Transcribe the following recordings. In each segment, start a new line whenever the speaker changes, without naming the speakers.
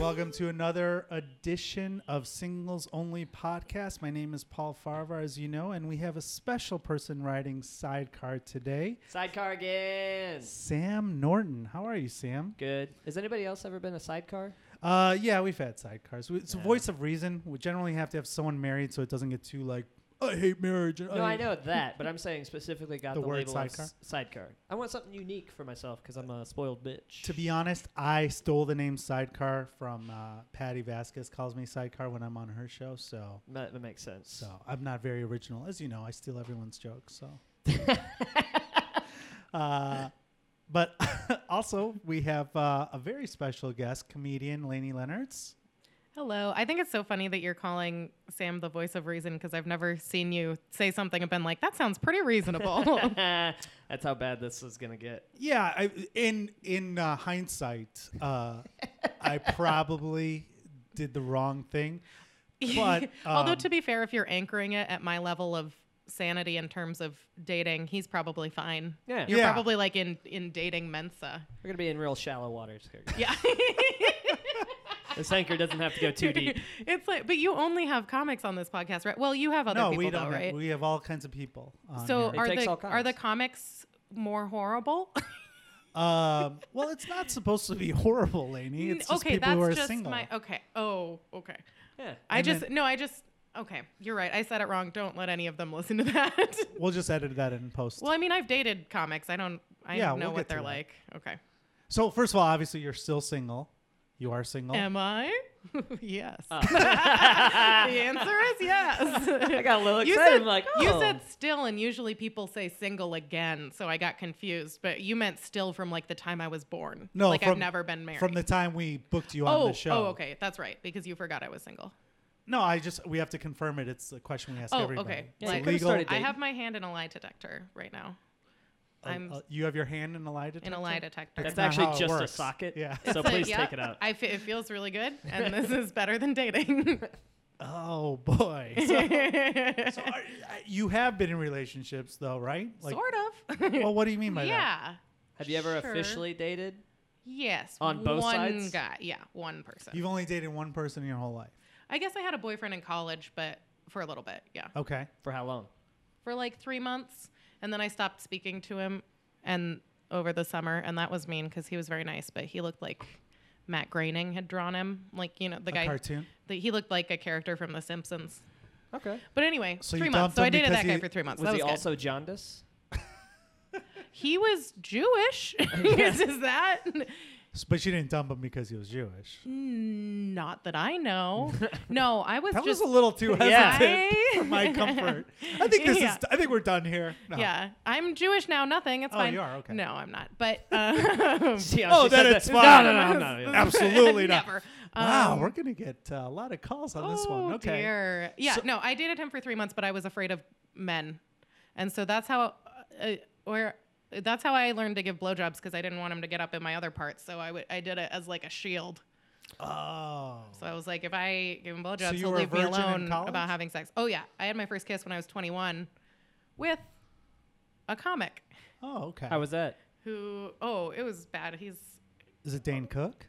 welcome to another edition of Singles Only Podcast. My name is Paul Farvar, as you know, and we have a special person riding sidecar today,
Sidecar again.
Sam Norton. How are you, Sam?
Good. Has anybody else ever been a sidecar?
Uh, yeah, we've had sidecars. We- It's a
Yeah.
voice of reason. We generally have to have someone married so it doesn't get too like, I hate marriage. and
No, I
hate-"
know that, but I'm saying specifically got
The
the,
word
label of
sidecar?
s- sidecar. I want something unique for myself because I'm a spoiled bitch.
To be honest, I stole the name Sidecar from uh, Patty Vasquez. Calls me Sidecar when I'm on her show, so
that, that makes sense.
so I'm not very original, as you know. I steal everyone's jokes, so. uh, but also, we have uh, a very special guest, comedian Lainey Leonards.
Hello. I think it's so funny that you're calling Sam the voice of reason because I've never seen you say something and been like, that sounds pretty reasonable.
That's how bad this is gonna get.
Yeah, I, in in uh, hindsight, uh, I probably did the wrong thing. But,
although,
um,
to be fair, if you're anchoring it at my level of sanity in terms of dating, he's probably fine.
Yeah.
You're
Yeah.
probably like in, in dating Mensa.
We're gonna be in real shallow waters here.
Yeah.
this anchor doesn't have to go too deep.
it's like, but you only have comics on this podcast, right? Well, you have other
no,
people,
we don't.
though,
have-
right?
We have all kinds of people. On
so,
here.
It
are
takes
the,
all
are the
kinds.
comics more horrible?
um, well, it's not supposed to be horrible, Lainey. It's just
okay,
people
that's
who are
just
single.
my okay. Oh, okay.
Yeah.
I
And
just
then-
no, I just okay. You're right. I said it wrong. Don't let any of them listen to that.
We'll just edit that in post.
well, I mean, I've dated comics. I don't. I
Yeah,
know
we'll get
what they're
to that.
like. Okay.
So first of all, obviously you're still single. You are single.
Am I? yes.
Oh.
the answer is
I
yes.
got a little
You
excited.
said,
I'm like,
you
oh.
said still, and usually people say single again, so I got confused. But you meant still from like the time I was born.
No,
like I've
from-
never been married.
From the time we booked you on
oh,
the show.
oh, okay, that's right, because you forgot I was single.
No, I just we have to confirm it. It's the question we ask
Oh,
everybody.
okay.
It's
Yeah,
a
you could've
legal.
started-
I
Dating.
have my hand in a lie detector right now.
uh,
I'm
uh, you have your hand in a lie detector.
in a lie detector.
That's
not
actually
how it
just a
works.
socket.
Yeah.
So
It's like,
please
yeah,
take it out.
I fe- it feels really good, and this is better than dating.
Oh boy. So, so are, uh, you have been in relationships though, right?
sort of.
Well, what do you mean by that?
yeah.
Have you ever
Sure.
officially dated?
Yes.
On both
one
sides?
guy. Yeah, one person.
You've only dated one person in your whole life.
I guess I had a boyfriend in college, but for a little bit, yeah,
Okay.
For how long?
for like three months, and then I stopped speaking to him, and over the summer, and that was mean because he was very nice, but he looked like Matt Groening had drawn him, like you know the
a
guy.
cartoon.
The, he looked like a character from The Simpsons.
Okay.
But anyway,
So you
three
dumped
months. So
him
I dated
because
that guy
he-
for three
Uh,
months.
Was
that
he
was good.
also jaundiced?
He was Jewish. Is is that
S- But you didn't dump him because he was Jewish.
not that I know? No, I was
That was
just
a little too
Yeah.
hesitant for my comfort. I think this
Yeah.
is. I think we're done here. No.
yeah. I'm Jewish now. Nothing. It's
Oh,
fine.
you are? Okay.
No, I'm not. But um,
Yeah,
Oh,
she
then
said
it's
that-
fine.
No, no, no, no, no, yeah.
Oh, Absolutely not.
never.
Wow,
Um,
we're gonna get uh, a lot of calls on this one.
Oh,
Okay.
dear. Yeah,
So-
no, I dated him for three months, but I was afraid of men, and so that's how, uh, or that's how I learned to give blowjobs because I didn't want him to get up in my other parts. So I would, I did it as like a shield.
Oh.
So I was like, if I give him blowjobs,
So you
he'll
were a
leave me
virgin in
alone
college?
about having sex. Oh yeah, I had my first kiss when I was 21, with a comic
Oh, okay.
How was that?
who, oh, it was bad. He's,
is it Dane Cook?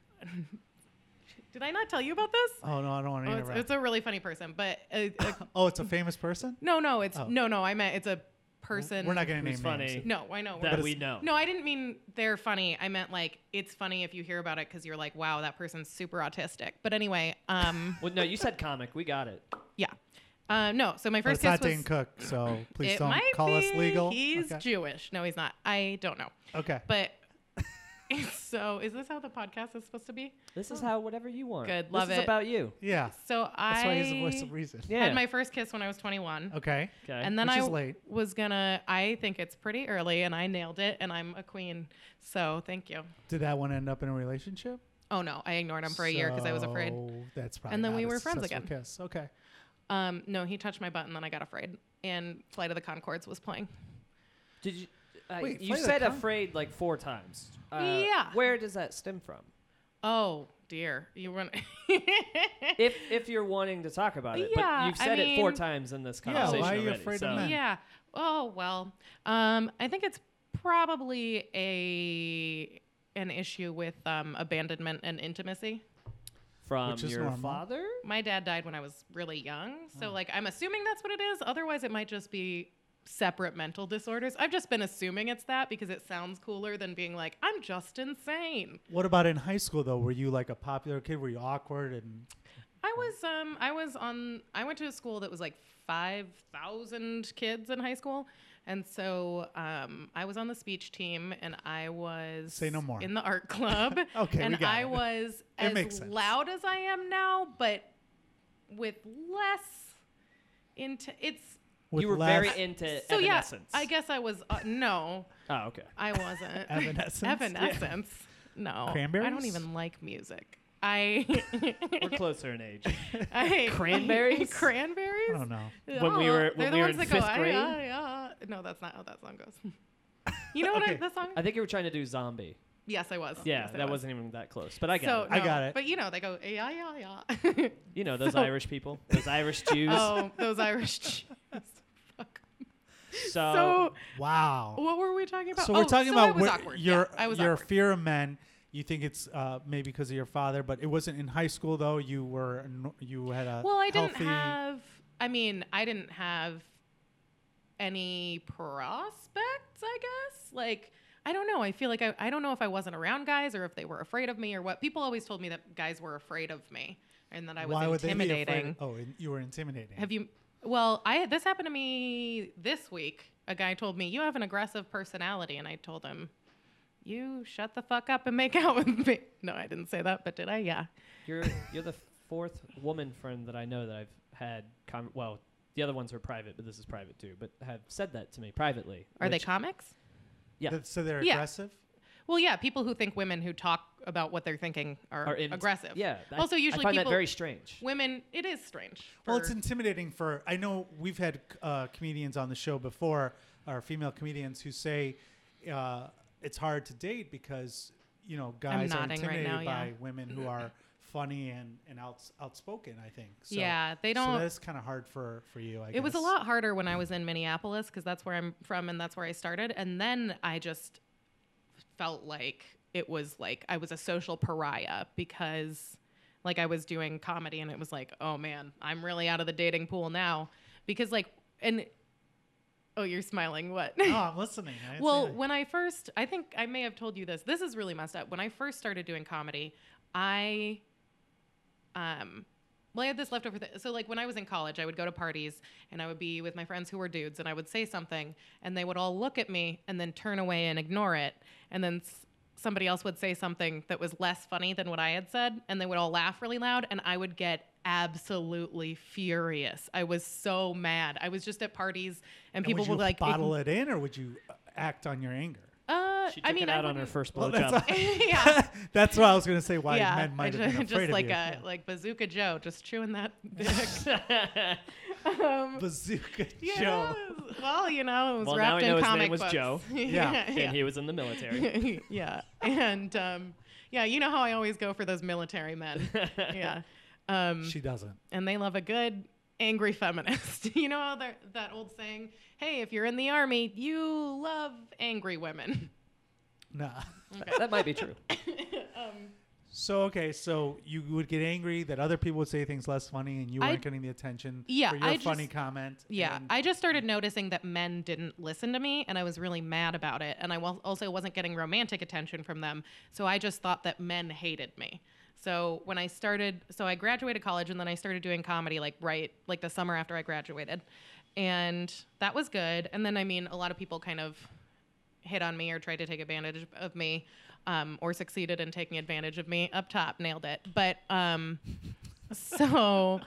did I not tell you about this?
Oh no, I don't want to
Oh, it's,
interrupt.
it's a really funny person, but uh, uh,
oh, it's a famous person.
no, no, it's
Oh.
no, no. I meant it's a person.
We're not gonna name
Who's funny?
names.
No, I know.
That we
We're-
know.
No, I didn't mean they're funny. I meant like it's funny if you hear about it because you're like, wow, that person's super autistic. But anyway, um,
Well, no, you said comic. We got it.
yeah, uh, no. So my
But
first
it's not
kiss was.
Dane Cook, so please
it
don't
might
call us
be
legal.
He's
okay.
Jewish. No, he's not. I don't know.
okay.
But so is this how the podcast is supposed to be?
This is how whatever you want.
Oh. Good,
This
love
is
it.
about you.
Yeah.
So I
That's why he's the voice of reason.
Yeah.
had my first kiss when I was 21.
Okay.
okay.
And then
Which
I
is late.
was gonna. I think it's pretty early, and I nailed it, and I'm a queen. So thank you.
Did that one end up in a relationship?
Oh no, I ignored him for a year because I was afraid.
So That's probably.
then
not
we
a
were friends
successful Kiss. Okay.
Um, no, he touched my butt, and then I got afraid. And Flight of the Concords was playing.
Did you? Uh,
Wait,
you
Flight of the
said
Con-
afraid like four times. Uh,
Yeah.
Where does that stem from?
Oh dear, you run.
If if you're wanting to talk about it, but
Yeah,
you've
I
said it four
mean-
times in this
Yeah, why
conversation
are you
already,
afraid of
so.
men?
yeah. Oh well. Um, I think it's probably a an issue with um, abandonment and intimacy.
from
Which is
your
normal.
father.
My dad died when I was really young, so like I'm assuming that's what it is. Otherwise, it might just be separate mental disorders. I've just been assuming it's that because it sounds cooler than being like I'm just insane.
What about in high school though? Were you like a popular kid? Were you awkward and
I was um I was on I went to a school that was like 5,000 kids in high school. And so um, I was on the speech team, and I was
Say no more.
in the art club.
Okay, we
and
got
I
it.
was as
makes sense.
loud as I am now, but with less into it's.
with
you were
less
very into
So yeah,
E-, evanescence.
I guess I was uh, no.
Oh, okay.
I wasn't.
Evanescence?
Evanescence. No. I
Cranberries?
don't even like music. I.
We're closer in age.
I
Cranberries?
I
cranberries.
don't know.
When we were- when
they're the
we were
ones
in
that
fifth
go,
grade?
"Ah, yeah, yeah." No, that's not how that song goes. You know what I,
Okay.
that song?
I think you were trying to do zombie.
yes, I was.
Yeah,
Yes, I
that
was.
wasn't even that close. But I got
so,
it.
I
no,
got it.
But you know, they go yeah, yeah, yeah.
You know those
so-
Irish people, those Irish Jews.
oh, those Irish. Jews. Fuck.
so,
so,
Wow.
what were we talking about?
So we're
Oh,
talking
so I
about
was
where-
awkward. Yeah,
your
I was
your
awkward.
fear of men. You think it's uh, maybe because of your father, but it wasn't in high school though. You were n- you had a
Well, I didn't
healthy-
have. I mean, I didn't have any prospects. I guess. Like, I don't know. I feel like I. I don't know if I wasn't around guys or if they were afraid of me or what. People always told me that guys were afraid of me and that I was
Why would they be afraid-
intimidating.
Oh, and you were intimidating.
Have you? Well, I this happened to me this week. A guy told me you have an aggressive personality, and I told him, "You shut the fuck up and make out with me." No, I didn't say that, but did I? Yeah.
you're you're the fourth woman friend that I know that I've had. Com- well, the other ones are private, but this is private too. But have said that to me privately.
Are
which-
they comics?
Yeah.
That- so they're
Yeah.
aggressive.
Well, yeah, people who think women who talk about what they're thinking are,
are in-
aggressive.
Yeah. I-
Also, usually
I find
people-
that very strange.
Women, it is strange.
Well, it's
for-
intimidating for. I know we've had uh, comedians on the show before, or female comedians who say uh, it's hard to date because you know guys are
nodding right
intimidated
now,
by
yeah.
women who are funny and and outs, outspoken. I think. So,
yeah, they
So
don't.
that's kind of hard for for you. I
it was a
guess.
lot harder when I was in Minneapolis because that's where I'm from and that's where I started. And then I just felt like it was like I was a social pariah because like I was doing comedy and it was like, oh man, I'm really out of the dating pool now. Because like, and oh, you're smiling. What?
No, Oh, I'm listening. I didn't say
Well,
that.
when I first, I think I may have told you this. This is really messed up. When I first started doing comedy, I, um, well, I had this leftover thing. So, like, when I was in college, I would go to parties and I would be with my friends who were dudes and I would say something and they would all look at me and then turn away and ignore it. And then s- somebody else would say something that was less funny than what I had said and they would all laugh really loud and I would get absolutely furious. I was so mad. I was just at parties
And
and, people
would you
would like
bottle it in, or would you uh, act on your anger?
uh,
she took
I mean,
it
I
out on her
wouldn't-
first
Well,
blowjob.
that's-
yeah,
That's what I was going to say. Why
yeah.
men might
I
have
ju-
been
just
afraid
like
of you.
a like Bazooka Joe, just chewing that. dick. Um,
bazooka
yeah.
Joe.
Well, you know, it was
Well, now
wrapped
I
in
know his name
comic
was
books.
Joe.
Yeah.
and he was in the military.
yeah. yeah. And um, yeah, you know how I always go for those military men. yeah. Um,
She doesn't.
and they love a good angry feminist. you know how they're- that old saying, "Hey, if you're in the army, you love angry women."
Nah.
that might be true.
So okay, so you would get angry that other people would say things less funny, and you
I-
weren't getting the attention
Yeah,
for your
I
funny
just-
comment.
Yeah,
and-
I just started noticing that men didn't listen to me, and I was really mad about it. And I wa- also wasn't getting romantic attention from them, so I just thought that men hated me. So when I started, so I graduated college, and then I started doing comedy like right, like the summer after I graduated, and that was good. And then I mean, a lot of people kind of hit on me or tried to take advantage of me, um, or succeeded in taking advantage of me up top, nailed it. But um, so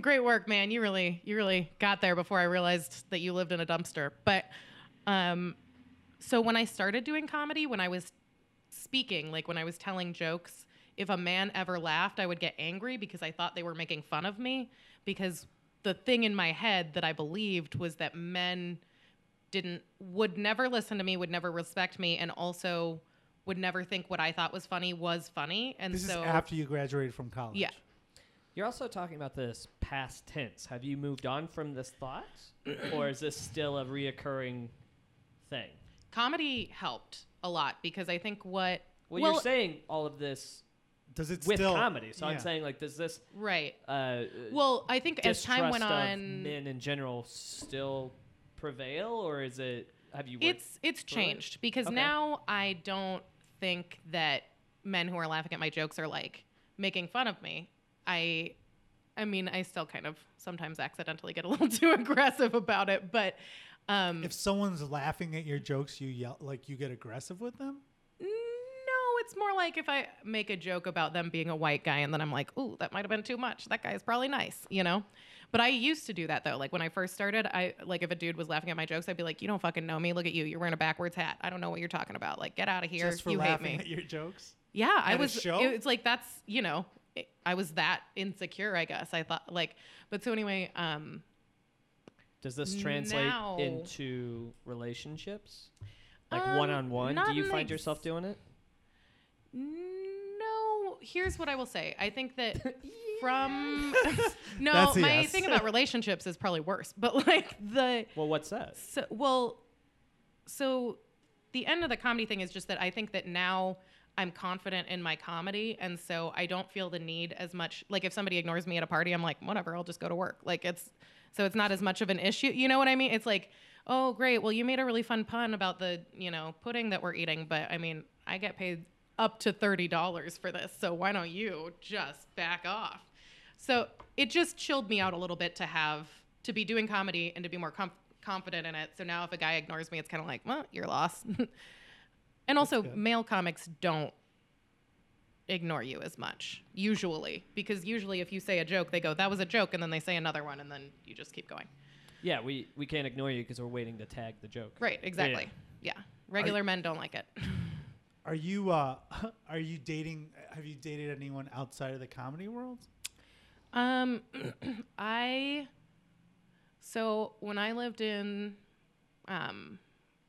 great work, man. You really, you really got there before I realized that you lived in a dumpster. But um, so when I started doing comedy, when I was speaking, like when I was telling jokes, if a man ever laughed, I would get angry because I thought they were making fun of me. Because the thing in my head that I believed was that men didn't would never listen to me, would never respect me, and also would never think what I thought was funny was funny. And
This
so
is after you graduated from college.
Yeah.
You're also talking about this past tense. Have you moved on from this thought, or is this still a reoccurring thing?
comedy helped a lot because I think what
Well, you're saying all of this
Does it
with
still
comedy. So
yeah.
I'm saying like, does this
Right.
uh,
Well, I think as time went
distrust of
on,
men in general still prevail, or is it? Have you worked?
it's it's
through it?
changed because
Okay.
now I don't think that men who are laughing at my jokes are like making fun of me. I I mean, I still kind of sometimes accidentally get a little too aggressive about it, but um
If someone's laughing at your jokes, you yell like you get aggressive with them.
no, it's more like if I make a joke about them being a white guy and then I'm like, "Ooh, that might have been too much. That guy's probably nice," you know? But I used to do that though. Like when I first started, I like if a dude was laughing at my jokes, I'd be like, "You don't fucking know me. Look at you. You're wearing a backwards hat. I don't know what you're talking about. Like get out of here.
just for
you hate
laughing
me."
at your jokes.
Yeah, I
At a
was.
show?
It's like that's you know, it- I was that insecure. I guess I thought like, but so anyway, um,
Does this translate
Now-
into relationships? Like
Um,
one on one?
not
Do you
an
find
ex-
yourself doing it?
no. Here's what I will say. I think that from no,
That's a
my
yes.
thing about relationships is probably worse. But like the
Well, what's that?
So, well, so the end of the comedy thing is just that I think that now I'm confident in my comedy, and so I don't feel the need as much. Like if somebody ignores me at a party, I'm like, whatever, I'll just go to work. Like it's so it's not as much of an issue. You know what I mean? It's like, oh great, well you made a really fun pun about the you know pudding that we're eating, but I mean I get paid up to thirty dollars for this, so why don't you just back off? So it just chilled me out a little bit to have to be doing comedy and to be more com- confident in it. So now if a guy ignores me, it's kind of like, well, you're lost. and also,
good.
male comics don't ignore you as much usually because usually if you say a joke, they go, "That was a joke," and then they say another one, and then you just keep going.
Yeah, we, we can't ignore you because we're waiting to tag the joke.
Right? Exactly. Yeah. Regular men don't like it.
Are you uh, are you dating? Have you dated anyone outside of the comedy world?
Um, I so when I lived in um,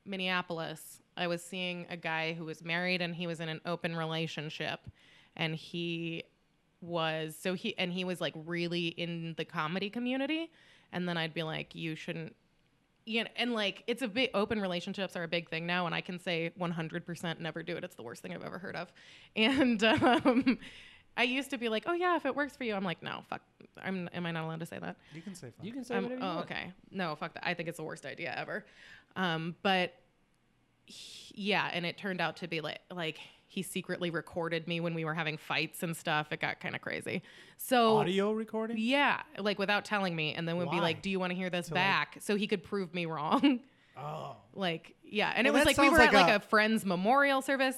Minneapolis, I was seeing a guy who was married and he was in an open relationship, and he was so he and he was like really in the comedy community, and then I'd be like, you shouldn't. You know, and like it's a big open relationships are a big thing now and i can say 100% never do it it's the worst thing i've ever heard of and um, I used to be like, oh yeah, if it works for you, I'm like, no, fuck, I'm, am I not allowed to say that?
You can say fun.
You can say
I'm-
whatever you
oh,
want.
okay, no, fuck that. I think it's the worst idea ever. Um, but he- yeah, and it turned out to be like, like he secretly recorded me when we were having fights and stuff. It got kind of crazy. So
Audio recording.
yeah, like without telling me, and then would be
Why?
like, do you want to hear this
To, like-
back? so he could prove me wrong.
Oh,
like yeah, and
Well, that
it was like we
sounds
were at
like
like
a-
a friend's memorial service.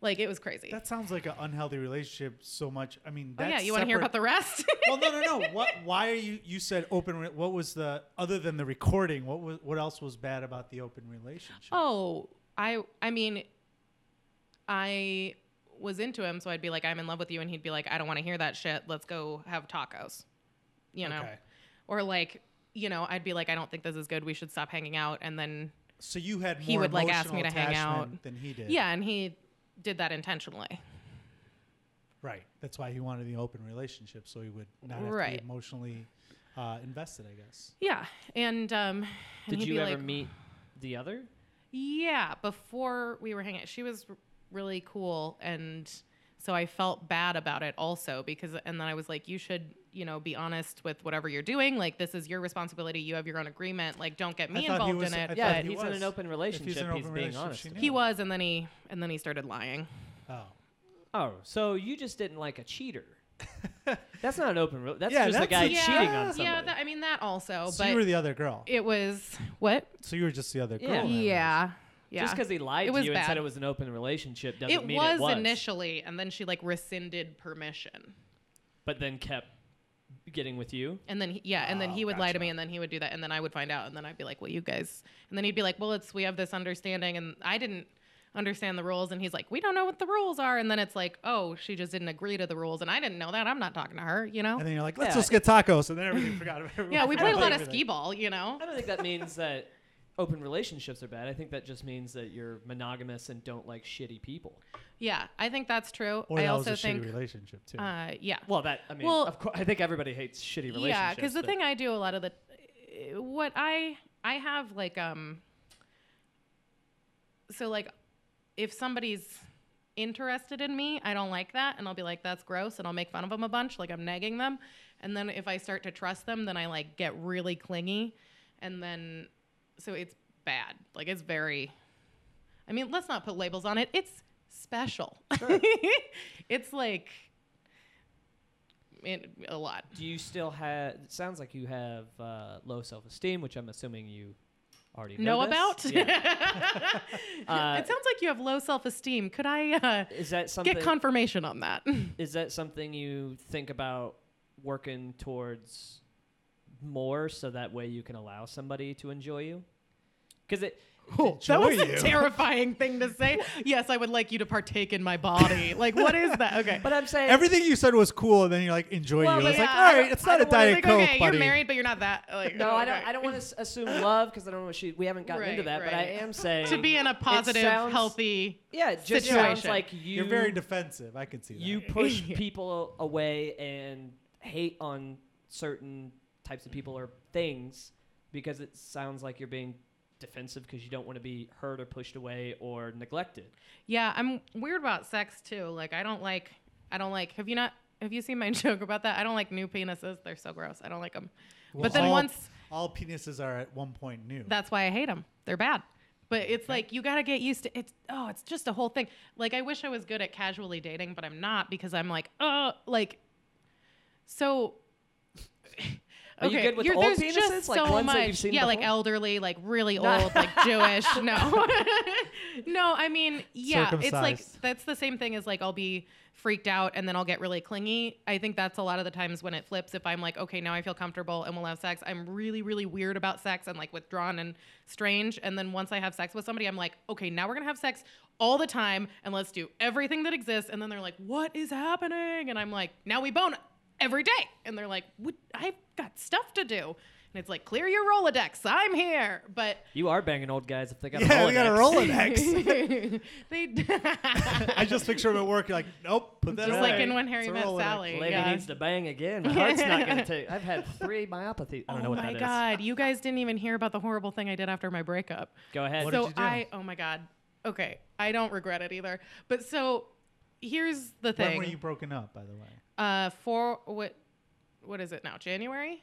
Like it was crazy.
that sounds like an unhealthy relationship. So much. I mean,
oh
that's
yeah, you want to hear
separate-
about the rest?
well, no, no, no. What? Why are you? You said open. Re- what was the other than the recording? What was? What else was bad about the open relationship?
Oh, I I mean I was into him, so I'd be like, I'm in love with you, and he'd be like, I don't want to hear that shit. Let's go have tacos. You know?
Okay.
Or like, you know, I'd be like, I don't think this is good. We should stop hanging out. And then
So you had more
He would, like, ask
emotional
me to hang
attachment
out.
than he did.
yeah, and he did that intentionally.
Right. That's why he wanted the open relationship, so he would not have to
Right.
be emotionally uh, invested. I guess.
Yeah. And um and
Did
he'd
you
be
ever
like,
meet the other?
Yeah, before we were hanging out, she was r- really cool. And so I felt bad about it also because, and then I was like, you should, you know, be honest with whatever you're doing. Like, this is your responsibility. You have your own agreement. Like, don't get
I
me
thought he
involved
was-
in it.
I
Yeah,
thought
if
he
he's in
was.
an open relationship. He's,
in an open
being
relationship,
honest.
she
about
knew.
it.
He was, and then he, and then he started lying.
Oh.
Oh, so you just didn't like a cheater. that's not an open. Re- that's
Yeah,
just a
that's
guy
a-
cheating on somebody.
yeah. That, I mean, that
so
also, Oh, but
you were the other girl.
it was what?
So you were just the other girl.
Yeah.
in that
Yeah. Yeah.
Just because he lied
It
to
was
you and said
bad.
it was an open relationship doesn't
it
mean
was
it was
initially, and then she like rescinded permission.
But then kept getting with you.
And then he, yeah, and then
Oh,
he would lie to
gotcha.
me, and then he would do that, and then I would find out, and then I'd be like, "Well, you guys," and then he'd be like, "Well, it's we have this understanding," and I didn't understand the rules, and he's like, "We don't know what the rules are," and then it's like, "Oh, she just didn't agree to the rules," and I didn't know that. I'm not talking to her, you know.
And then you're like, let's
Yeah.
just get tacos, and then everything forgot about everyone
yeah, we
forgot
played a
about
lot of
everything.
skee ball, you know.
I don't think that means that open relationships are bad. I think that just means that you're monogamous and don't like shitty people.
Yeah, I think that's true.
Or
I
that
also
was a
think,
shitty relationship too.
uh, yeah,
Well, that I mean,
Well-
of course, I think everybody hates shitty relationships.
yeah, because the
but-
thing I do a lot of the, what I I have like um. So like, if somebody's interested in me, I don't like that. And I'll be like, that's gross. And I'll make fun of them a bunch, like I'm nagging them. And then if I start to trust them, then I like get really clingy. And then, so it's bad. Like it's very, I mean, let's not put labels on it. It's special. it's like it, a lot.
Do you still have? It sounds like you have uh, low self-esteem, which I'm assuming you already
know
this.
about?
Yeah. Uh,
it sounds like you have low self esteem. Could I uh,
Is that something?
get confirmation on that?
is that something you think about working towards more, so that way you can allow somebody to enjoy you? Because it.
that was
Enjoy
a
you.
terrifying thing to say. yes, I would like you to partake in my body. like, what is that? Okay.
But I'm saying
Everything you said was cool, and then you're like, enjoy
Well,
you.
but
It's like,
yeah,
all
I
right,
don't-
it's
I
not a
don't wanna
diet
think,
coke,
okay,
buddy.
You're married, but you're not that. Like,
No, I don't.
okay.
I don't want to assume love because I don't know what she. We haven't gotten into
Right,
that, but I
right.
am saying
to be in a positive,
sounds-
healthy.
Yeah, it just sounds
situation.
like you.
You're very defensive. I can see that.
you push people away and hate on certain types of people or things because it sounds like you're being defensive because you don't want to be hurt or pushed away or neglected.
Yeah, I'm weird about sex too. Like, I don't like. I don't like. Have you not? Have you seen my joke about that? I don't like new penises. They're so gross. I don't like them.
Well,
but then
all-
once
all penises are at one point new.
That's why I hate them. They're bad. But it's like you gotta get used to it's oh, it's just a whole thing. Like I wish I was good at casually dating, but I'm not because I'm like, oh like so
Are you good with
you're-
old
there's
penises?
Just
Like
so
ones
much.
that you've seen
yeah, like
before?
elderly, like really old, like Jewish. No. no, I mean, yeah, it's like
Circumcised.
that's the same thing as like I'll be freaked out and then I'll get really clingy. I think that's a lot of the times when it flips. If I'm like, okay, now I feel comfortable and we'll have sex, I'm really, really weird about sex and like withdrawn and strange. And then once I have sex with somebody, I'm like, okay, now we're gonna have sex all the time and let's do everything that exists. And then they're like, what is happening? And I'm like, now we bone every day. And they're like, what? I've got stuff to do. And it's like, clear your Rolodex. I'm here. But
You are banging old guys if they got
yeah,
a
we got a
Rolodex.
Rolodex.
they.
I just picture him at work. You're like, nope, put that
Just
away.
like in When Harry
It's a
Met
Rolodex.
Sally.
Lady
Yeah.
needs to bang again. My heart's not gonna take. I've had three myopathy. I don't know
oh
what
my
that is.
god, you guys didn't even hear about the horrible thing I did after my breakup.
Go ahead.
What did
so
you do?
I oh my god. Okay. I don't regret it either. But so here's the
When
thing.
were you broken up, by the way?
uh for what what is it now? January?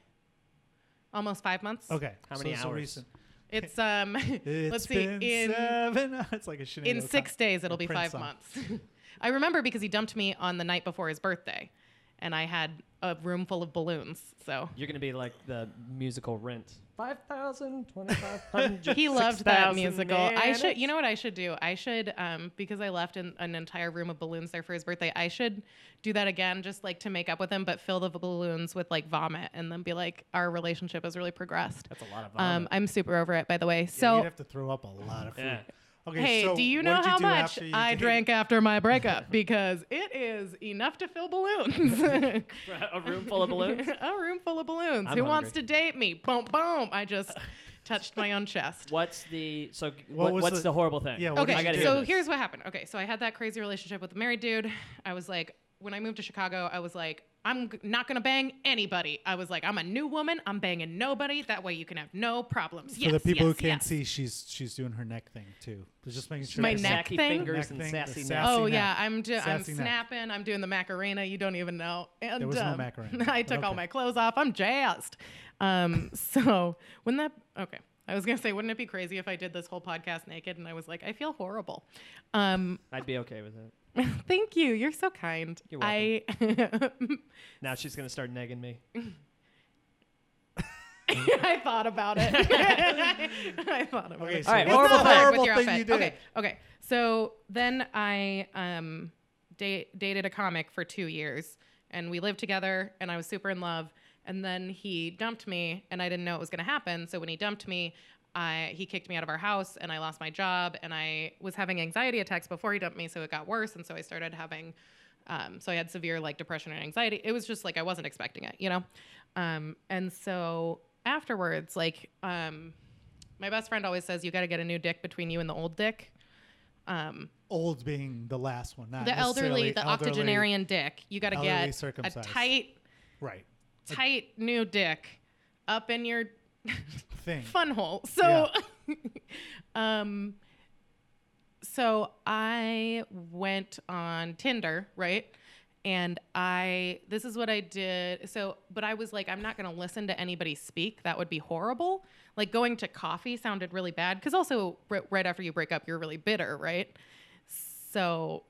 Almost 5 months.
Okay.
How many
so, so
hours?
recent.
It's um
It's
let's see
been
in
seven. It's like a Sinead
in
O'Connor-
6 days it'll be
Prince
5
song.
months. I remember because he dumped me on the night before his birthday and I had a room full of balloons. So
You're gonna be like the musical Rent. Five thousand, twenty-five hundred.
he loved that musical. I should, you know what I should do? I should, um, because I left an, an entire room of balloons there for his birthday. I should do that again, just like to make up with him, but fill the balloons with like vomit, and then be like, our relationship has really progressed.
That's a lot of vomit.
Um, I'm super over it, by the way.
Yeah,
So.
you'd have to throw up a lot of food.
Yeah.
Okay,
Hey,
so
do you
what
know
did
how
do
much
after you
I
dated?
drank after my breakup? Because it is enough to fill balloons.
a room full of balloons.
a room full of balloons.
I'm
Who wants
hungry.
to date me? Boom, boom. I just touched my own chest.
What's the so?
What
What
was
what's
the-
the, horrible thing?
Yeah, what
Okay,
did
I
you
gotta
do?
hear
so
this.
here's what happened. Okay, so I had that crazy relationship with a married dude. I was like, when I moved to Chicago, I was like, I'm g- not gonna bang anybody. I was like, I'm a new woman. I'm banging nobody. That way you can have no problems.
For the people
yes,
who can't
yes.
see, she's she's doing her neck thing too. Just making sure.
My
it's-
neck
Sassy
thing?
fingers
Neck
and
thing, the
sassy
sass-
neck.
Oh
Sassy
yeah,
neck.
I'm ju- I'm
Sassy neck.
snapping. I'm doing the Macarena. You don't even know. And
was no
um,
Macarena.
I took all
Okay.
my clothes off. I'm jazzed. Um, so wouldn't that okay? I was gonna say, wouldn't it be crazy if I did this whole podcast naked and I was like, I feel horrible. Um,
I'd be okay with it.
thank you. You're so kind.
You're welcome.
I
Now she's gonna start negging me.
I thought about it. I thought about
Okay,
it.
so
All right,
what's
what's
the
the
bad
horrible thing you did?
Okay, okay. So then I um, da- dated a comic for two years, and we lived together, and I was super in love. And then he dumped me, and I didn't know it was going to happen. So when he dumped me, I, he kicked me out of our house, and I lost my job, and I was having anxiety attacks before he dumped me, so it got worse, and so I started having. Um, so I had severe like depression and anxiety. It was just like I wasn't expecting it, you know. Um, and so afterwards, like um, my best friend always says you got to get a new dick between you and the old dick. Um,
Old being the last one, not
the elderly,
necessarily
the
elderly-
octogenarian dick. You got to
elderly
get a
circumcised.
tight,
Right.
tight new dick up in your
Thing.
fun hole. So, um, So I went on Tinder, right? And I, this is what I did. So, but I was like, I'm not going to listen to anybody speak. That would be horrible. Like going to coffee sounded really bad because also r- right after you break up, you're really bitter, right? So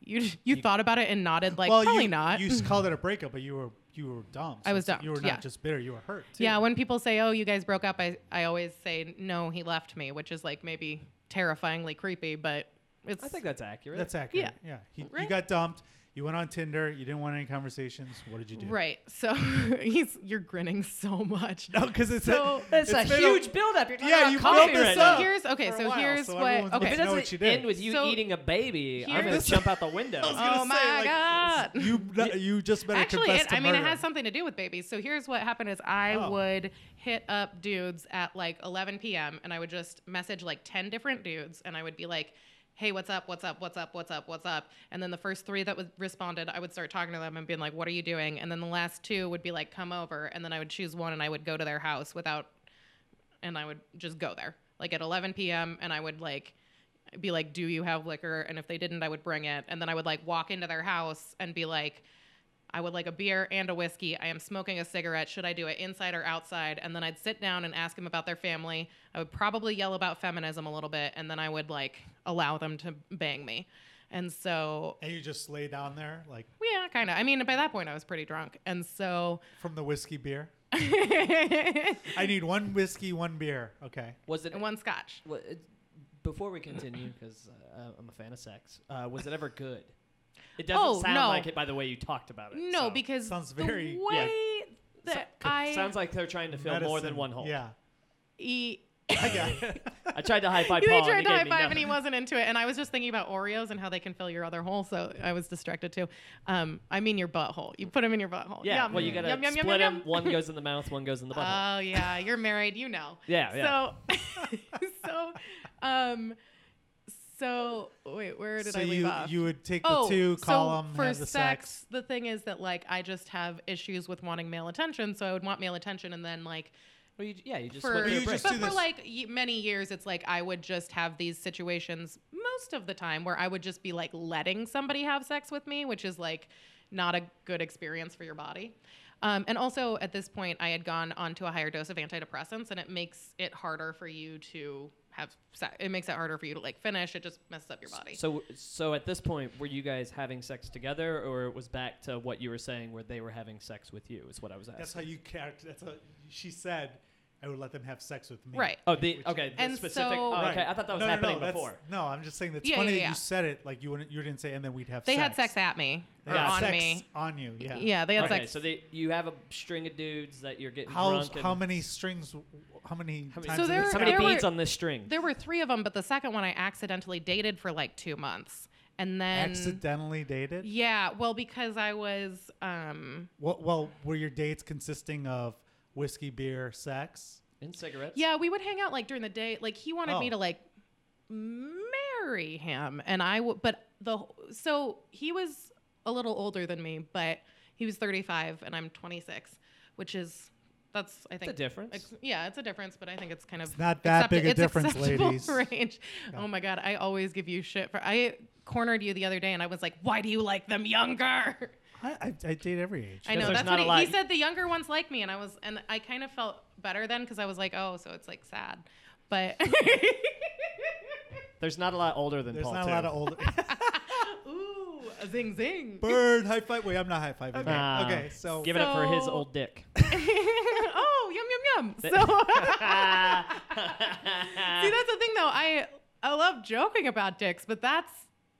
you you, thought about it and nodded like, probably
you,
not.
You s- called it a breakup, but you were you were dumb.
I was
it's-
dumped,
You were not
yeah.
just bitter. You were hurt. Too.
Yeah, when people say, "Oh, you guys broke up," I I always say, "No, he left me," which is like maybe terrifyingly creepy, but it's
I think that's accurate.
that's accurate. Yeah, He,
Right.
You got dumped. You went on Tinder. You didn't want any conversations. What did you do?
right. So he's you're grinning so much.
No, because it's
So-
that's
it's
a
been
huge buildup. You're talking
Yeah,
about
you
coffee
built this
right
up.
now.
Here's okay.
for a
So
while,
here's
so everyone's
what
been-
If it
okay.
know what
doesn't
you did.
end with you
So-
eating a baby, I'm
Here's-
gonna jump out the window.
I was gonna
Oh
say,
my
like,
god.
You you just better
Actually,
confess
it,
to
I mean, it
murder.
has something to do with babies. So here's what happened: is I
Oh.
would hit up dudes at like 11 p.m. and I would just message like 10 different dudes, and I would be like, "Hey, what's up? What's up? What's up? What's up? What's up?" And then the first three that was responded, I would start talking to them and being like, "What are you doing?" And then the last two would be like, "Come over," and then I would choose one and I would go to their house without, and I would just go there like at 11 p.m. and I would like be like, "Do you have liquor?" And if they didn't, I would bring it. And then I would like walk into their house and be like, "I would like a beer and a whiskey. I am smoking a cigarette. Should I do it inside or outside?" And then I'd sit down and ask them about their family. I would probably yell about feminism a little bit, and then I would like allow them to bang me. And so,
and you just lay down there like
yeah, kind of. I mean, by that point, I was pretty drunk, and so.
from the whiskey beer. I need one whiskey, one beer. Okay.
Was it
And one scotch.
wa- uh, before we continue? Because uh, I'm a fan of sex. Uh, was it ever good? It doesn't
Oh,
sound
no.
like it by the way you talked about it.
No,
so.
because
Sounds
the
very-
way
So-
that I
sounds like they're trying to fill more than
Medicine.
one hole.
Yeah.
e-
I got it.
I tried to high five.
He
Paul,
tried
and
to
he
high
gave me
five and he
nothing.
wasn't into it. And I was just thinking about Oreos and how they can fill your other hole. So I was distracted too. Um, I mean your butthole. You put them in your butthole.
Yeah,
Yum,
well, you gotta
yum, yum, yum,
split
yum,
them.
yum.
One goes in the mouth, one goes in the butthole.
Oh yeah, you're married. You know.
Yeah, yeah.
So, so, um, so wait, where did
so
I leave
you
off?
you would take the two, call them,
Oh, for
have the sex.
the thing is that like I just have issues with wanting male attention, so I would want male attention, and then like
well, you, yeah, you just
for,
split
But
your
you
brain.
just
but
do
for
this.
like y- many years, it's like I would just have these situations most of the time where I would just be like letting somebody have sex with me, which is like not a good experience for your body. Um, and also at this point, I had gone on to a higher dose of antidepressants, and it makes it harder for you to have sex. It makes it harder for you to like finish. It just messes up your body.
So, so at this point, were you guys having sex together, or it was back to what you were saying, where they were having sex with you? Is what I was asking.
That's how you character. That's how she said. I would let them have sex with me.
right.
oh, the okay, the
And
specific.
so-
oh,
Right.
okay, I thought that was
No, no, no,
happening
that's-
before.
No, I'm just saying that's
Yeah,
funny
yeah,
that
yeah.
you said it like you wouldn't. You didn't say, and then we'd have.
They
sex.
had sex at me
They
or
had
on
sex
me.
On you. Yeah.
Yeah, they had
okay,
sex.
so they, you have a string of dudes that you're getting
How
drunk.
how
and-
many strings? How many?
How many-
times
So
did
there-
this
How many
happen?
were-
beads on this string?
There were three of them, but the second one I accidentally dated for like two months. And then.
accidentally dated?
Yeah, well, because I was. um
Well, well, were your dates consisting of whiskey, beer, sex?
and cigarettes.
Yeah, we would hang out like during the day. Like he wanted me
Oh.
to like marry him, and I would. But the so he was a little older than me, but he was 35 and I'm 26, which is that's I
the
think
difference.
Ex- yeah, it's a difference, but I think it's kind of
It's not that
accepta-
big a
it's
difference,
acceptable
ladies.
Range. Oh my god, I always give you shit for I cornered you the other day, and I was like, "Why do you like them younger?"
I, I, I date every age.
I know
there's
that's
not
what
a
he,
lot-
he said. The younger ones like me, and I was, and I kind of felt better then because I was like, oh, so it's like sad, but
There's not a lot older than
There's
Paul.
not a
too.
lot of older.
ooh, a zing zing.
Bird high five. Wait, I'm not high fiving. Okay.
Ah.
okay, so
Give it up for his
So-
old dick.
oh, yum yum yum. So see, that's the thing though. I I love joking about dicks, but that's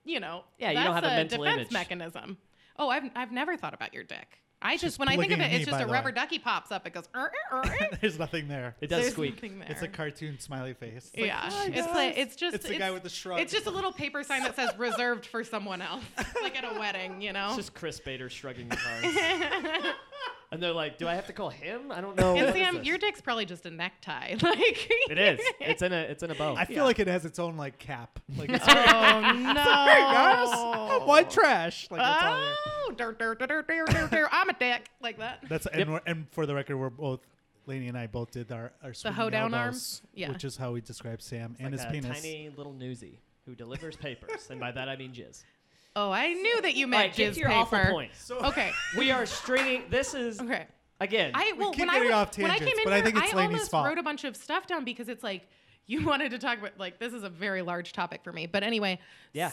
you know,
Yeah, you
that's
don't have a mental
defense
image.
mechanism. Oh, I've I've never thought about your dick. I just,
She's
when I think of
looking
it,
at me,
it's just
by
a
the
rubber
way.
ducky pops up. It goes. "Er, er, er, er."
there's nothing there.
it does
There's
squeak.
nothing
It's a
there.
cartoon smiley face. It's like,
yeah,
"Hi,
it's
guys."
like it's just
It's the guy with the shrug.
It's just a little paper sign that says reserved for someone else, like at a wedding, you know.
It's just Chris Bader shrugging his arms. and they're like, "Do I have to call him? I don't know."
and
what is
Sam,
this."
your dick's probably just a necktie, like.
It is. It's in a. It's in a bow.
I feel like it has its own like cap. Like it's
oh
like,
no!
guys, white trash. Like that's all. there.
Oh, dirt, dirt, dirt, dirt, dirt, dirt, dirt. I'm a dick like that.
That's and, we're, and for the record, we're both. Lainey and I both did our, our swinging
hoedown
elbows,
arms? Yeah.
which is how we describe Sam and
Like
his
a
penis.
Tiny little newsie. who delivers papers, and by that I mean jizz.
Oh, I knew that you
All right,
meant
get
jizz
to your awful
paper.
point.
So
Okay.
We are stringing. This is
Okay.
again.
I well,
keep
when, I,
getting
was-
off
when I
tangents,
came in
but I
here,
think it's
I
Lainey's
almost
fault.
wrote a bunch of stuff down because it's like you wanted to talk about like this is a very large topic for me. But anyway,
Yeah.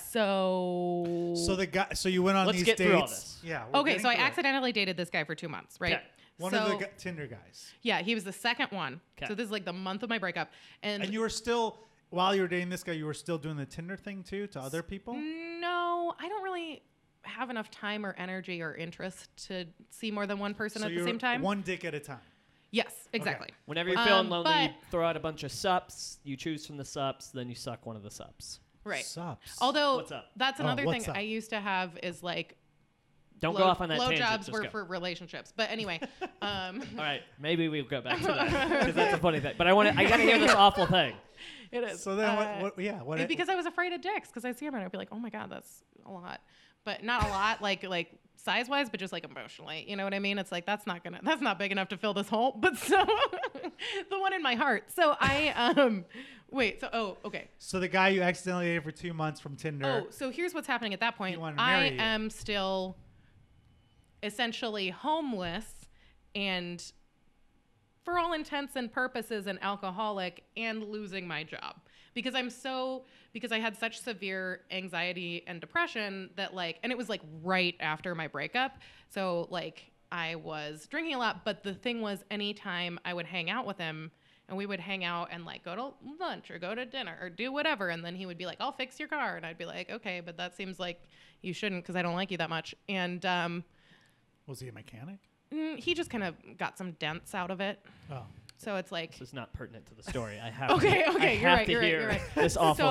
So
So the guy. So you went on
Let's
these
get
dates.
through all this.
Yeah. we're
okay,
getting
so I
through it.
accidentally dated this guy for two months, right?
Okay.
One
so,
of the gu- Tinder guys.
yeah, he was the second one.
Okay.
So this is like the month of my breakup, and,
And you were still while you were dating this guy, you were still doing the Tinder thing too to other people.
mm, no, I don't really have enough time or energy or interest to see more than one person
So
at
you
the
were
same time.
one dick at a time.
yes, exactly.
Whenever you're feeling
Um,
lonely, you
but-
throw out a bunch of sups. You choose from the sups, then you suck one of the sups.
Right.
Sups.
Although
What's up?
that's
Oh,
another
what's
thing
up?
I used to have is like
Don't
blow-
go off on that tangent.
blowjobs
just
were
go.
for relationships. But anyway, um,
All right, maybe we'll go back to that because that's a funny thing. But I want to. I gotta hear this awful thing.
it is.
So then,
uh,
what, what? Yeah. What?
it's because I was afraid of dicks because I see them and I'd be like, oh my god, that's a lot, but not a lot like like size wise, but just like emotionally. You know what I mean? It's like that's not gonna that's not big enough to fill this hole. But so the one in my heart. So I um wait. So oh okay.
so the guy you accidentally dated for two months from Tinder.
Oh, so here's what's happening at that point.
He wanted to
I
marry you.
am still essentially homeless and for all intents and purposes an alcoholic and losing my job because I'm so because I had such severe anxiety and depression that like and it was like right after my breakup. So like I was drinking a lot, but the thing was anytime I would hang out with him and we would hang out and like go to lunch or go to dinner or do whatever and then he would be like, "I'll fix your car." And I'd be like, "Okay, but that seems like you shouldn't cuz I don't like you that much." And um
Was he a mechanic?
mm, he just kind of got some dents out of it.
Oh.
So it's like
This is not pertinent to the story. I have.
Okay,
To, I
okay, you're
have
right,
to
you're right,
hear
you're right.
This awful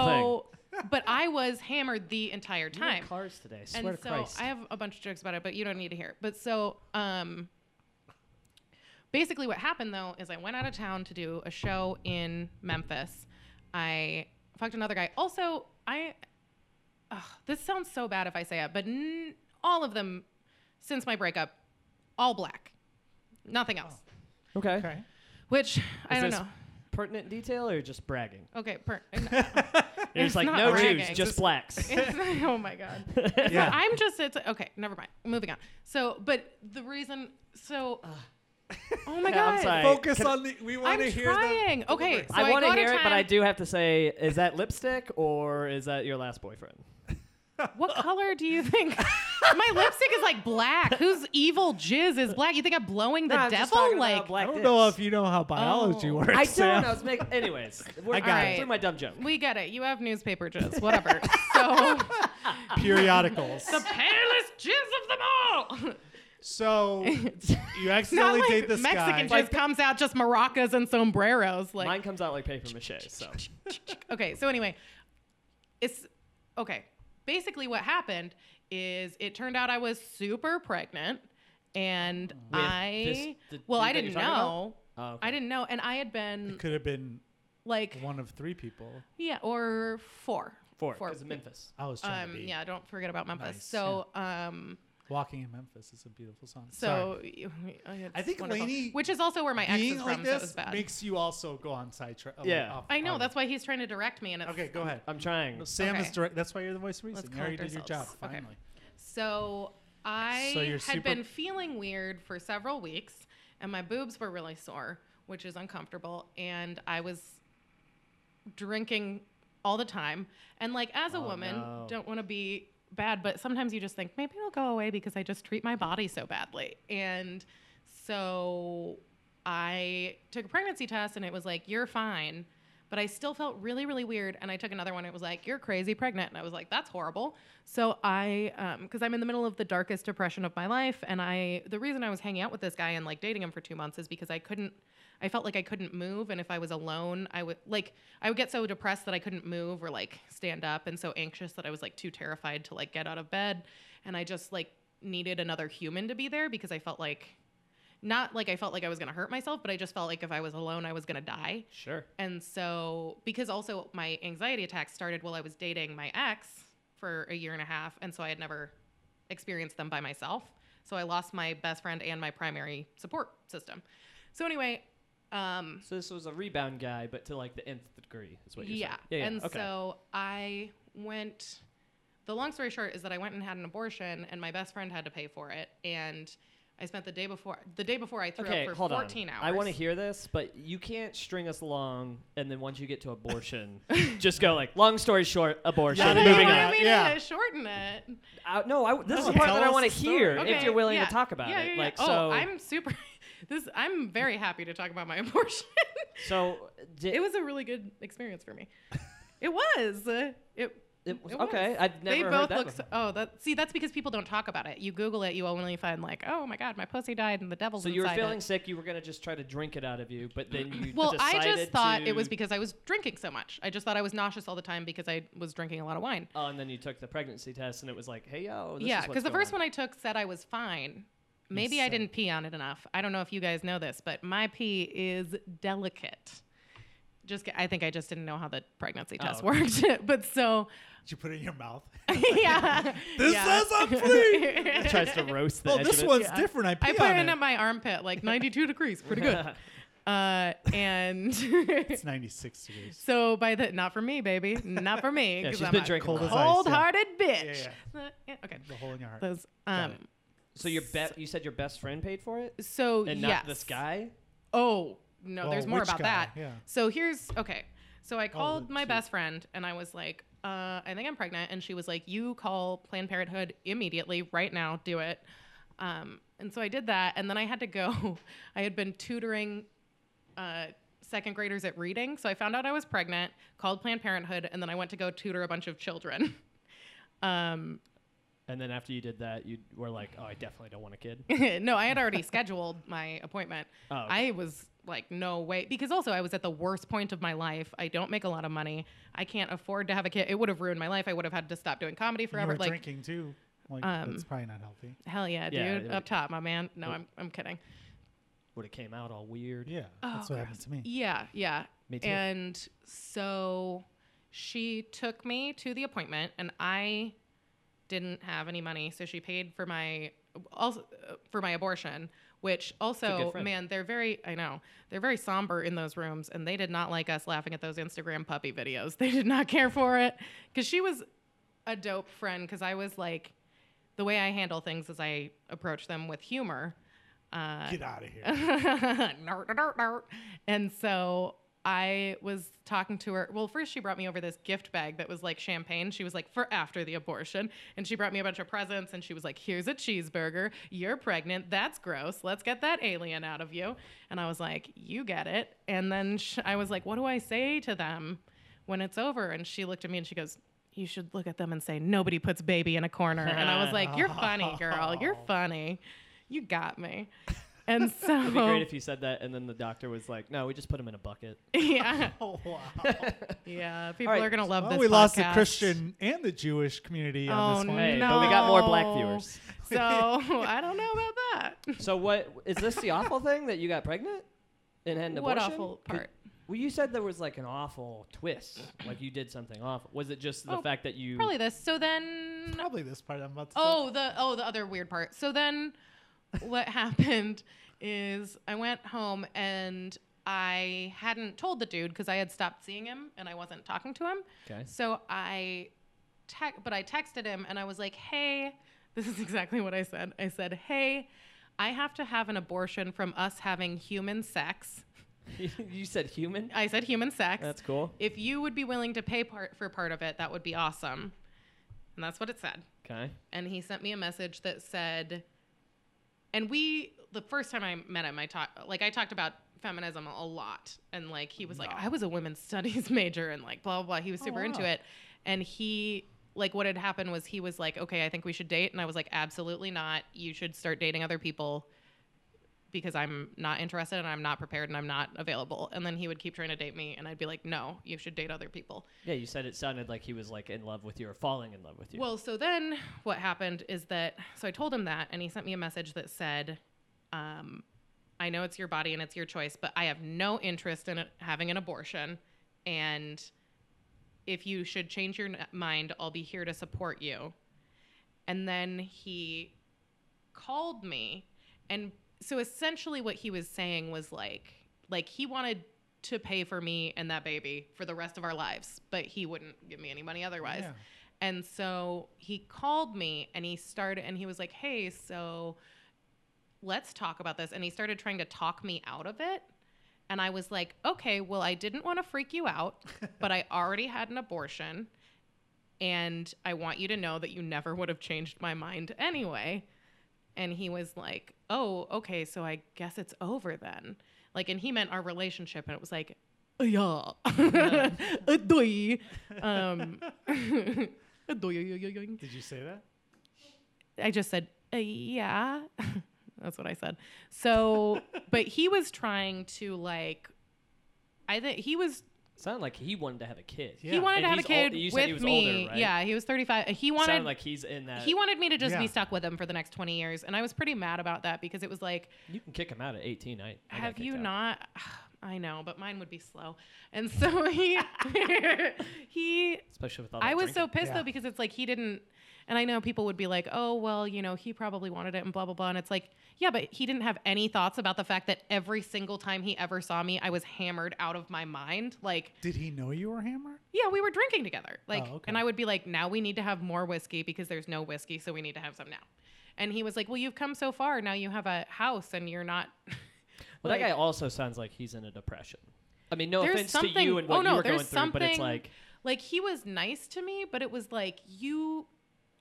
thing.
so, but I was hammered the entire
You have
time.
Cars today. I swear
And
to
so
Christ.
I have a bunch of jokes about it, but you don't need to hear. it. But so, um, basically, what happened though is I went out of town to do a show in Memphis. I fucked another guy. Also, I ugh, this sounds so bad if I say it, but n- all of them since my breakup, all black, nothing else.
Oh.
Eh.
okay.
Okay.
Which I
Is
don't
this-
know.
Pertinent detail or just bragging?
Okay, per-
It's,
It's
like
not
no Jews,
bragging.
just blacks.
oh my god.
Yeah.
I'm just it's okay. Never mind. Moving on. So, but the reason. So, oh my
Yeah,
god.
I'm sorry.
Focus
Could-
on the. We want to
I'm
hear
trying.
the.
okay, so
I want to
go to
hear it, but I
town.
do have to say, is that lipstick or is that your last boyfriend?
What color do you think? my lipstick is like black. Whose evil jizz is black? You think I'm blowing the
No, I'm just talking
devil?
about
Like
I
black
don't
dicks.
know if you know how biology
Oh.
works.
I
Sam.
don't. I was making. Anyways, we're
I got
back
it.
through my dumb joke.
we get it. You have newspaper jizz. Whatever. so
Periodicals.
the palest jizz of them all.
so you
Not
accidentally
like
date this
Mexican
guy.
jizz comes out just maracas and sombreros. Like
Mine comes out like paper mache. So
okay, so anyway, it's okay. Basically, what happened is it turned out I was super pregnant, and I
this- the
well,
dude that
I didn't
you're talking about?
know.
Oh, okay.
I didn't know, and I had been
It could have been
like
one of three people.
yeah, or four,
four because of Memphis.
I was trying
Um,
to be.
yeah, don't forget about Memphis.
Nice,
so, um,
Walking in Memphis is a beautiful song.
so it's
I think
wonderful.
Lainey
which is also where my ex
being
is from,
like
so it
this
was bad.
makes you also go on sidetrack.
Yeah.
off-
I know
on-
that's why he's trying to direct me, and it's
Okay, go ahead.
I'm trying.
Sam is
okay.
direct. That's why you're the voice of reason.
Let's
you already
collect
did your job
ourselves. Okay.
finally.
So I
So you're
had
super-
been feeling weird for several weeks, and my boobs were really sore, which is uncomfortable. And I was drinking all the time. And like as a
Oh,
woman,
no.
don't want to be bad, but sometimes you just think maybe it'll go away because I just treat my body so badly. And so I took a pregnancy test, and it was like you're fine. But I still felt really, really weird, and I took another one. It was like you're crazy pregnant, and I was like, that's horrible. So I, because I'm in the middle of the darkest depression of my life, and I, the reason I was hanging out with this guy and like dating him for two months is because I couldn't I felt like I couldn't move, and if I was alone, I would like I would get so depressed that I couldn't move or like stand up, and so anxious that I was like too terrified to like get out of bed, and I just like needed another human to be there because I felt like not like I felt like I was gonna hurt myself, but I just felt like if I was alone, I was gonna die.
Sure.
And so, because also my anxiety attacks started while I was dating my ex for a year and a half. And so I had never experienced them by myself. So I lost my best friend and my primary support system. So, anyway, um,
So this was a rebound guy, but to like the nth degree is what you're
yeah.
saying. Yeah. yeah.
And
okay.
so I went the long story short is that I went and had an abortion and my best friend had to pay for it and I spent the day before the day before I threw
okay,
up for
hold
14
on.
hours.
I want to hear this, but you can't string us along and then once you get to abortion, just go like, long story short, abortion,
Yeah,
No, no, no,
moving
no,
on.
I mean,
Yeah.
I shorten it.
on. I, no, I, this
No,
is the part
tell
that I
us
want to
the story.
hear if
Okay,
you're willing
yeah.
to talk about
Yeah,
it.
yeah, yeah.
Like
oh,
so,
I'm super. This I'm very happy to talk about my abortion.
so did,
it was a really good experience for me. It was. uh,
it
It.
was-
it was.
okay. I've never
they
heard
both
that
look.
before.
So, oh, that. See, that's because people don't talk about it. You Google it, you only find like, oh my god, my pussy died and the devil's
So you were
inside it.
feeling sick. You were gonna just try to drink it out of you, but then you
Well, I
decided
just thought
to,
it was because I was drinking so much. I just thought I was nauseous all the time because I was drinking a lot of wine.
Oh, and then you took the pregnancy test, and it was like, hey yo, this
yeah,
is
because the first one I took said I was fine. Maybe I
said-
didn't pee on it enough. I don't know if you guys know this, but my pee is delicate. Just, ki- I think I just didn't know how the pregnancy
Oh,
test
okay.
worked. but so,
Did you put it in your mouth?
yeah,
This
yeah.
says I'm free.
one tries to roast the
oh,
edge
this
of it.
one's
Yeah.
different. I pee
I put
on
it in
it.
at my armpit, like 92 degrees, pretty good. Uh, and
it's 96 degrees.
So by the not for me, baby, not for me.
Yeah,
'cause
she's
I'm
been
a
drinking
Cold
a
as
lot.
ice, yeah.
Cold-hearted bitch.
Yeah,
Uh, yeah, okay.
The hole in your heart.
Those. Um.
So your bet, you said your best friend paid for it,
So
and
yes.
not this guy.
Oh no,
Well,
there's more
which
about
guy?
that.
Yeah. Oh,
So here's okay. So I called
the
my
two.
best friend and I was like, uh, I think I'm pregnant, and she was like, you call Planned Parenthood immediately, right now, do it. Um, and so I did that, and then I had to go. I had been tutoring uh, second graders at reading, so I found out I was pregnant, called Planned Parenthood, and then I went to go tutor a bunch of children. Um,
And then after you did that, you were like, oh, I definitely don't want a kid.
no, I had already scheduled my appointment.
Oh, okay.
I was like, no way. Because also, I was at the worst point of my life. I don't make a lot of money. I can't afford to have a kid. It would have ruined my life. I would have had to stop doing comedy
And you
forever.
were
Like, um,
drinking too. Like, that's probably not healthy.
hell yeah,
Yeah,
dude.
it
Up
would-
top, my man. No, I'm, I'm kidding.
Would have came out all weird.
Yeah, that's
Oh,
what happened to me.
Yeah, yeah.
Me too.
And so she took me to the appointment, and I didn't have any money, so she paid for my also uh, for my abortion. Which also,
friend.
man, they're very I know they're very somber in those rooms, and they did not like us laughing at those Instagram puppy videos. They did not care for it because she was a dope friend because I was like. The way I handle things is I approach them with humor. Uh,
Get out of here.
Nart, nart, nart. and so I was talking to her. Well, first she brought me over this gift bag that was like champagne. She was like, for after the abortion. And she brought me a bunch of presents and she was like, here's a cheeseburger. You're pregnant. That's gross. Let's get that alien out of you. And I was like, you get it. And then sh- I was like, what do I say to them when it's over? And she looked at me and she goes, you should look at them and say, nobody puts baby in a corner. And I was like, you're funny, girl. You're funny. You got me. And so
It'd be great if you said that, and then the doctor was like, no, we just put him in a bucket.
yeah,
Oh, wow.
yeah. People
right.
are gonna love
Well,
this.
we lost the
podcast.
Christian and the Jewish community on
Oh,
this one.
Hey, but we got more black
No.
viewers.
So I don't know about that.
So what is this the awful thing that you got pregnant and had an
What
abortion?
awful
Could-
part?
well, you said there was like an awful twist, like you did something awful. Was it just the
Oh,
fact that you?
Probably this. So then,
Probably this part I'm about to
oh, the oh, the other weird part. So then, what happened is I went home and I hadn't told the dude because I had stopped seeing him and I wasn't talking to him.
Okay.
So I tech but I texted him and I was like, "Hey, this is exactly what I said. I said, "Hey, I have to have an abortion from us having human sex."
you said human.
I said human sex.
That's cool.
if you would be willing to pay part for part of it, that would be awesome. And that's what it said.
Okay.
And he sent me a message that said and we the first time I met him, I talked like I talked about feminism a lot and like he was like I was a women's studies major and like blah blah blah. He was super into
wow.
it. And he like what had happened was he was like, "Okay, I think we should date." And I was like, "Absolutely not. You should start dating other people." because I'm not interested and I'm not prepared and I'm not available. And then he would keep trying to date me, and I'd be like, no, you should date other people.
Yeah, you said it sounded like he was like in love with you or falling in love with you.
Well, so then what happened is that, so I told him that, and he sent me a message that said, um, I know it's your body and it's your choice, but I have no interest in it- having an abortion. And if you should change your n- mind, I'll be here to support you. And then he called me and so essentially what he was saying was like like he wanted to pay for me and that baby for the rest of our lives, but he wouldn't give me any money otherwise.
Yeah.
And so he called me and he started and he was like, "Hey, so let's talk about this." And he started trying to talk me out of it. And I was like, "Okay, well, I didn't want to freak you out, but I already had an abortion, and I want you to know that you never would have changed my mind anyway." And he was like, "Oh, okay, so I guess it's over then." Like and he meant our relationship and it was like, "Yeah." Adoy. um Adoy.
Did you say that?
I just said, uh, yeah. That's what I said. So, but he was trying to like, I think he was,
Sounded like he wanted to have a kid.
Yeah.
he wanted
And
to have a
he's ol-
kid
you said
with
he was
me.
older, right?
Yeah, he was 35. He wanted,
Sounded like he's in that.
he wanted me to just
Yeah.
be stuck with him for the next 20 years. And I was pretty mad about that because it was like,
you can kick him out at 18. I, I got
have
kicked
you
out.
not i know but mine would be slow and so he he
Especially with all that
I was so
drinking.
pissed
Yeah.
though because it's like he didn't, and I know people would be like, oh well, you know, he probably wanted it and blah blah blah, and it's like, yeah, but he didn't have any thoughts about the fact that every single time he ever saw me, I was hammered out of my mind. Like,
Did he know you were hammered?
yeah, we were drinking together, like,
Oh, okay.
and I would be like, now we need to have more whiskey because there's no whiskey, so we need to have some now. And he was like, well, you've come so far, now you have a house, and you're not.
Well, that guy
like-
also sounds like he's in a depression. I mean, no
There's
offense to
something-
you and what
oh, no,
you were
there's
going through, but it's
something-
like
like he was nice to me but it was like you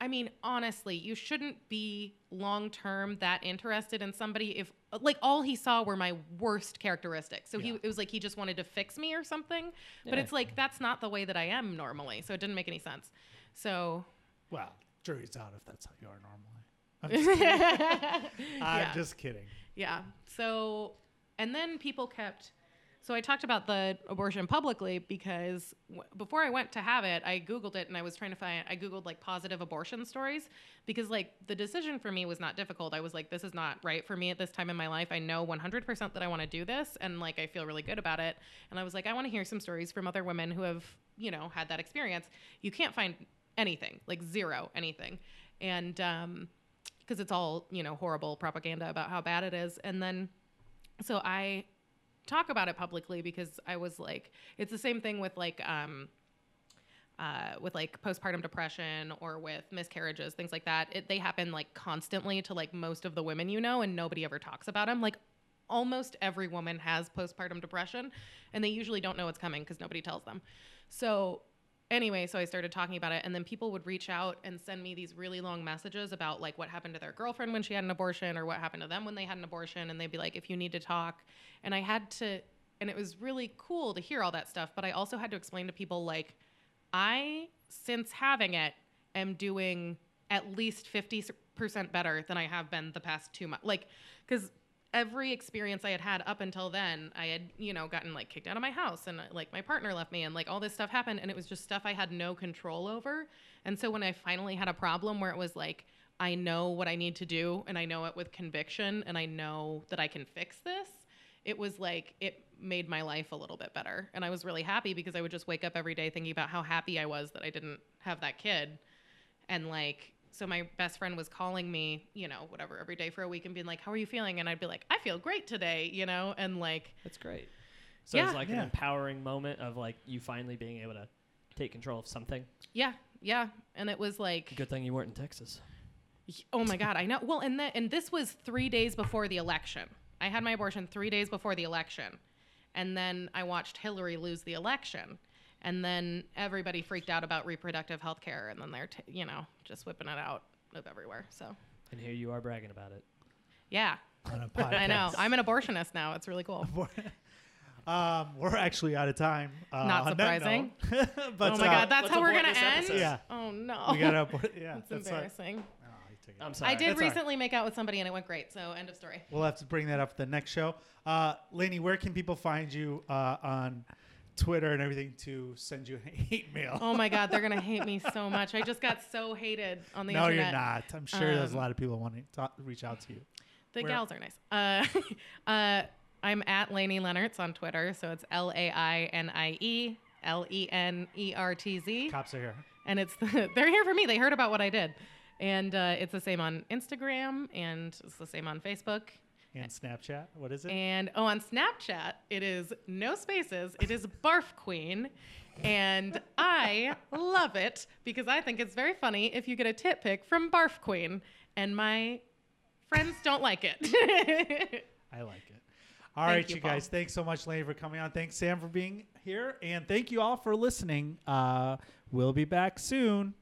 i mean honestly you shouldn't be long term that interested in somebody if like all he saw were my worst characteristics so
Yeah.
he it was like he just wanted to fix me or something but
Yeah.
it's like that's not the way that i am normally so it didn't make any sense so
Well, jury's out if that's how you are normally. I'm just kidding. I'm
Yeah.
just kidding.
Yeah. So, and then people kept. So I talked about the abortion publicly because w- before I went to have it, I Googled it and I was trying to find. I Googled like positive abortion stories because like the decision for me was not difficult. I was like, this is not right for me at this time in my life. I know 100% that I want to do this and like I feel really good about it. And I was like, I want to hear some stories from other women who have you know had that experience. You can't find anything like zero anything, and um, because it's all you know horrible propaganda about how bad it is and then so i talk about it publicly because i was like it's the same thing with like um uh, with like postpartum depression or with miscarriages things like that it, they happen like constantly to like most of the women you know and nobody ever talks about them like almost every woman has postpartum depression and they usually don't know what's coming because nobody tells them so anyway, so I started talking about it, and then people would reach out and send me these really long messages about like what happened to their girlfriend when she had an abortion or what happened to them when they had an abortion, and they'd be like, if you need to talk. And I had to, and it was really cool to hear all that stuff, but I also had to explain to people like, I, since having it, am doing at least 50% better than I have been the past two months. Like, because every experience I had had up until then, I had, you know, gotten like kicked out of my house and like my partner left me and like all this stuff happened. And it was just stuff I had no control over. And so when I finally had a problem where it was like, I know what I need to do and I know it with conviction and I know that I can fix this, it was like it made my life a little bit better and i was really happy because i would just wake up every day thinking about how happy i was that i didn't have that kid and like so my best friend was calling me you know whatever every day for a week and being like how are you feeling and i'd be like i feel great today you know and like
that's great. So
Yeah.
it's like
Yeah.
an empowering moment of like you finally being able to take control of something.
yeah yeah and it was like
Good thing you weren't in Texas.
oh my god i know well and the, and this was 3 days before the election i had my abortion 3 days before the election and then i watched hillary lose the election and then everybody freaked out about reproductive health care and then they're t- you know just whipping it out of everywhere so
And here you are bragging about it.
yeah
On a podcast.
i know i'm an abortionist now it's really cool
Um, we're actually out of time. Uh,
Not
on that
surprising.
note. but
oh my
uh,
god that's
let's
how we're
abort
gonna
this
end
episode.
Yeah.
oh no
we got up. Yeah,
it's
that's all right.
embarrassing
Oh, you take it
I'm
out.
sorry.
i did
That's all right.
recently make out with somebody and it went great so end of story
We'll have to bring that up for the next show. Uh, Lainey, where can people find you uh, on Twitter and everything to send you an hate mail?
oh my god they're gonna hate me so much i just got so hated on the
no,
internet
you're not. I'm sure there's a
Um,
lot of people wanting to talk, reach out to you.
The
Where-
gals are nice. Uh, uh, I'm at Lainey Leonard's on Twitter, so it's L A I N I E L E N E R T Z,
Cops are here.
and it's the, they're here for me. They heard about what I did, and uh, it's the same on Instagram, and it's the same on Facebook,
And Snapchat, what is it?
And oh, on Snapchat, it is no spaces. It is Barf Queen. And I love it because I think it's very funny if you get a tit pic from Barf Queen. And my friends don't like it.
I like it. All
Thank
right, you,
you,
guys. Thanks so much, Lane, for coming on. Thanks, Sam, for being here. And thank you all for listening. Uh, we'll be back soon.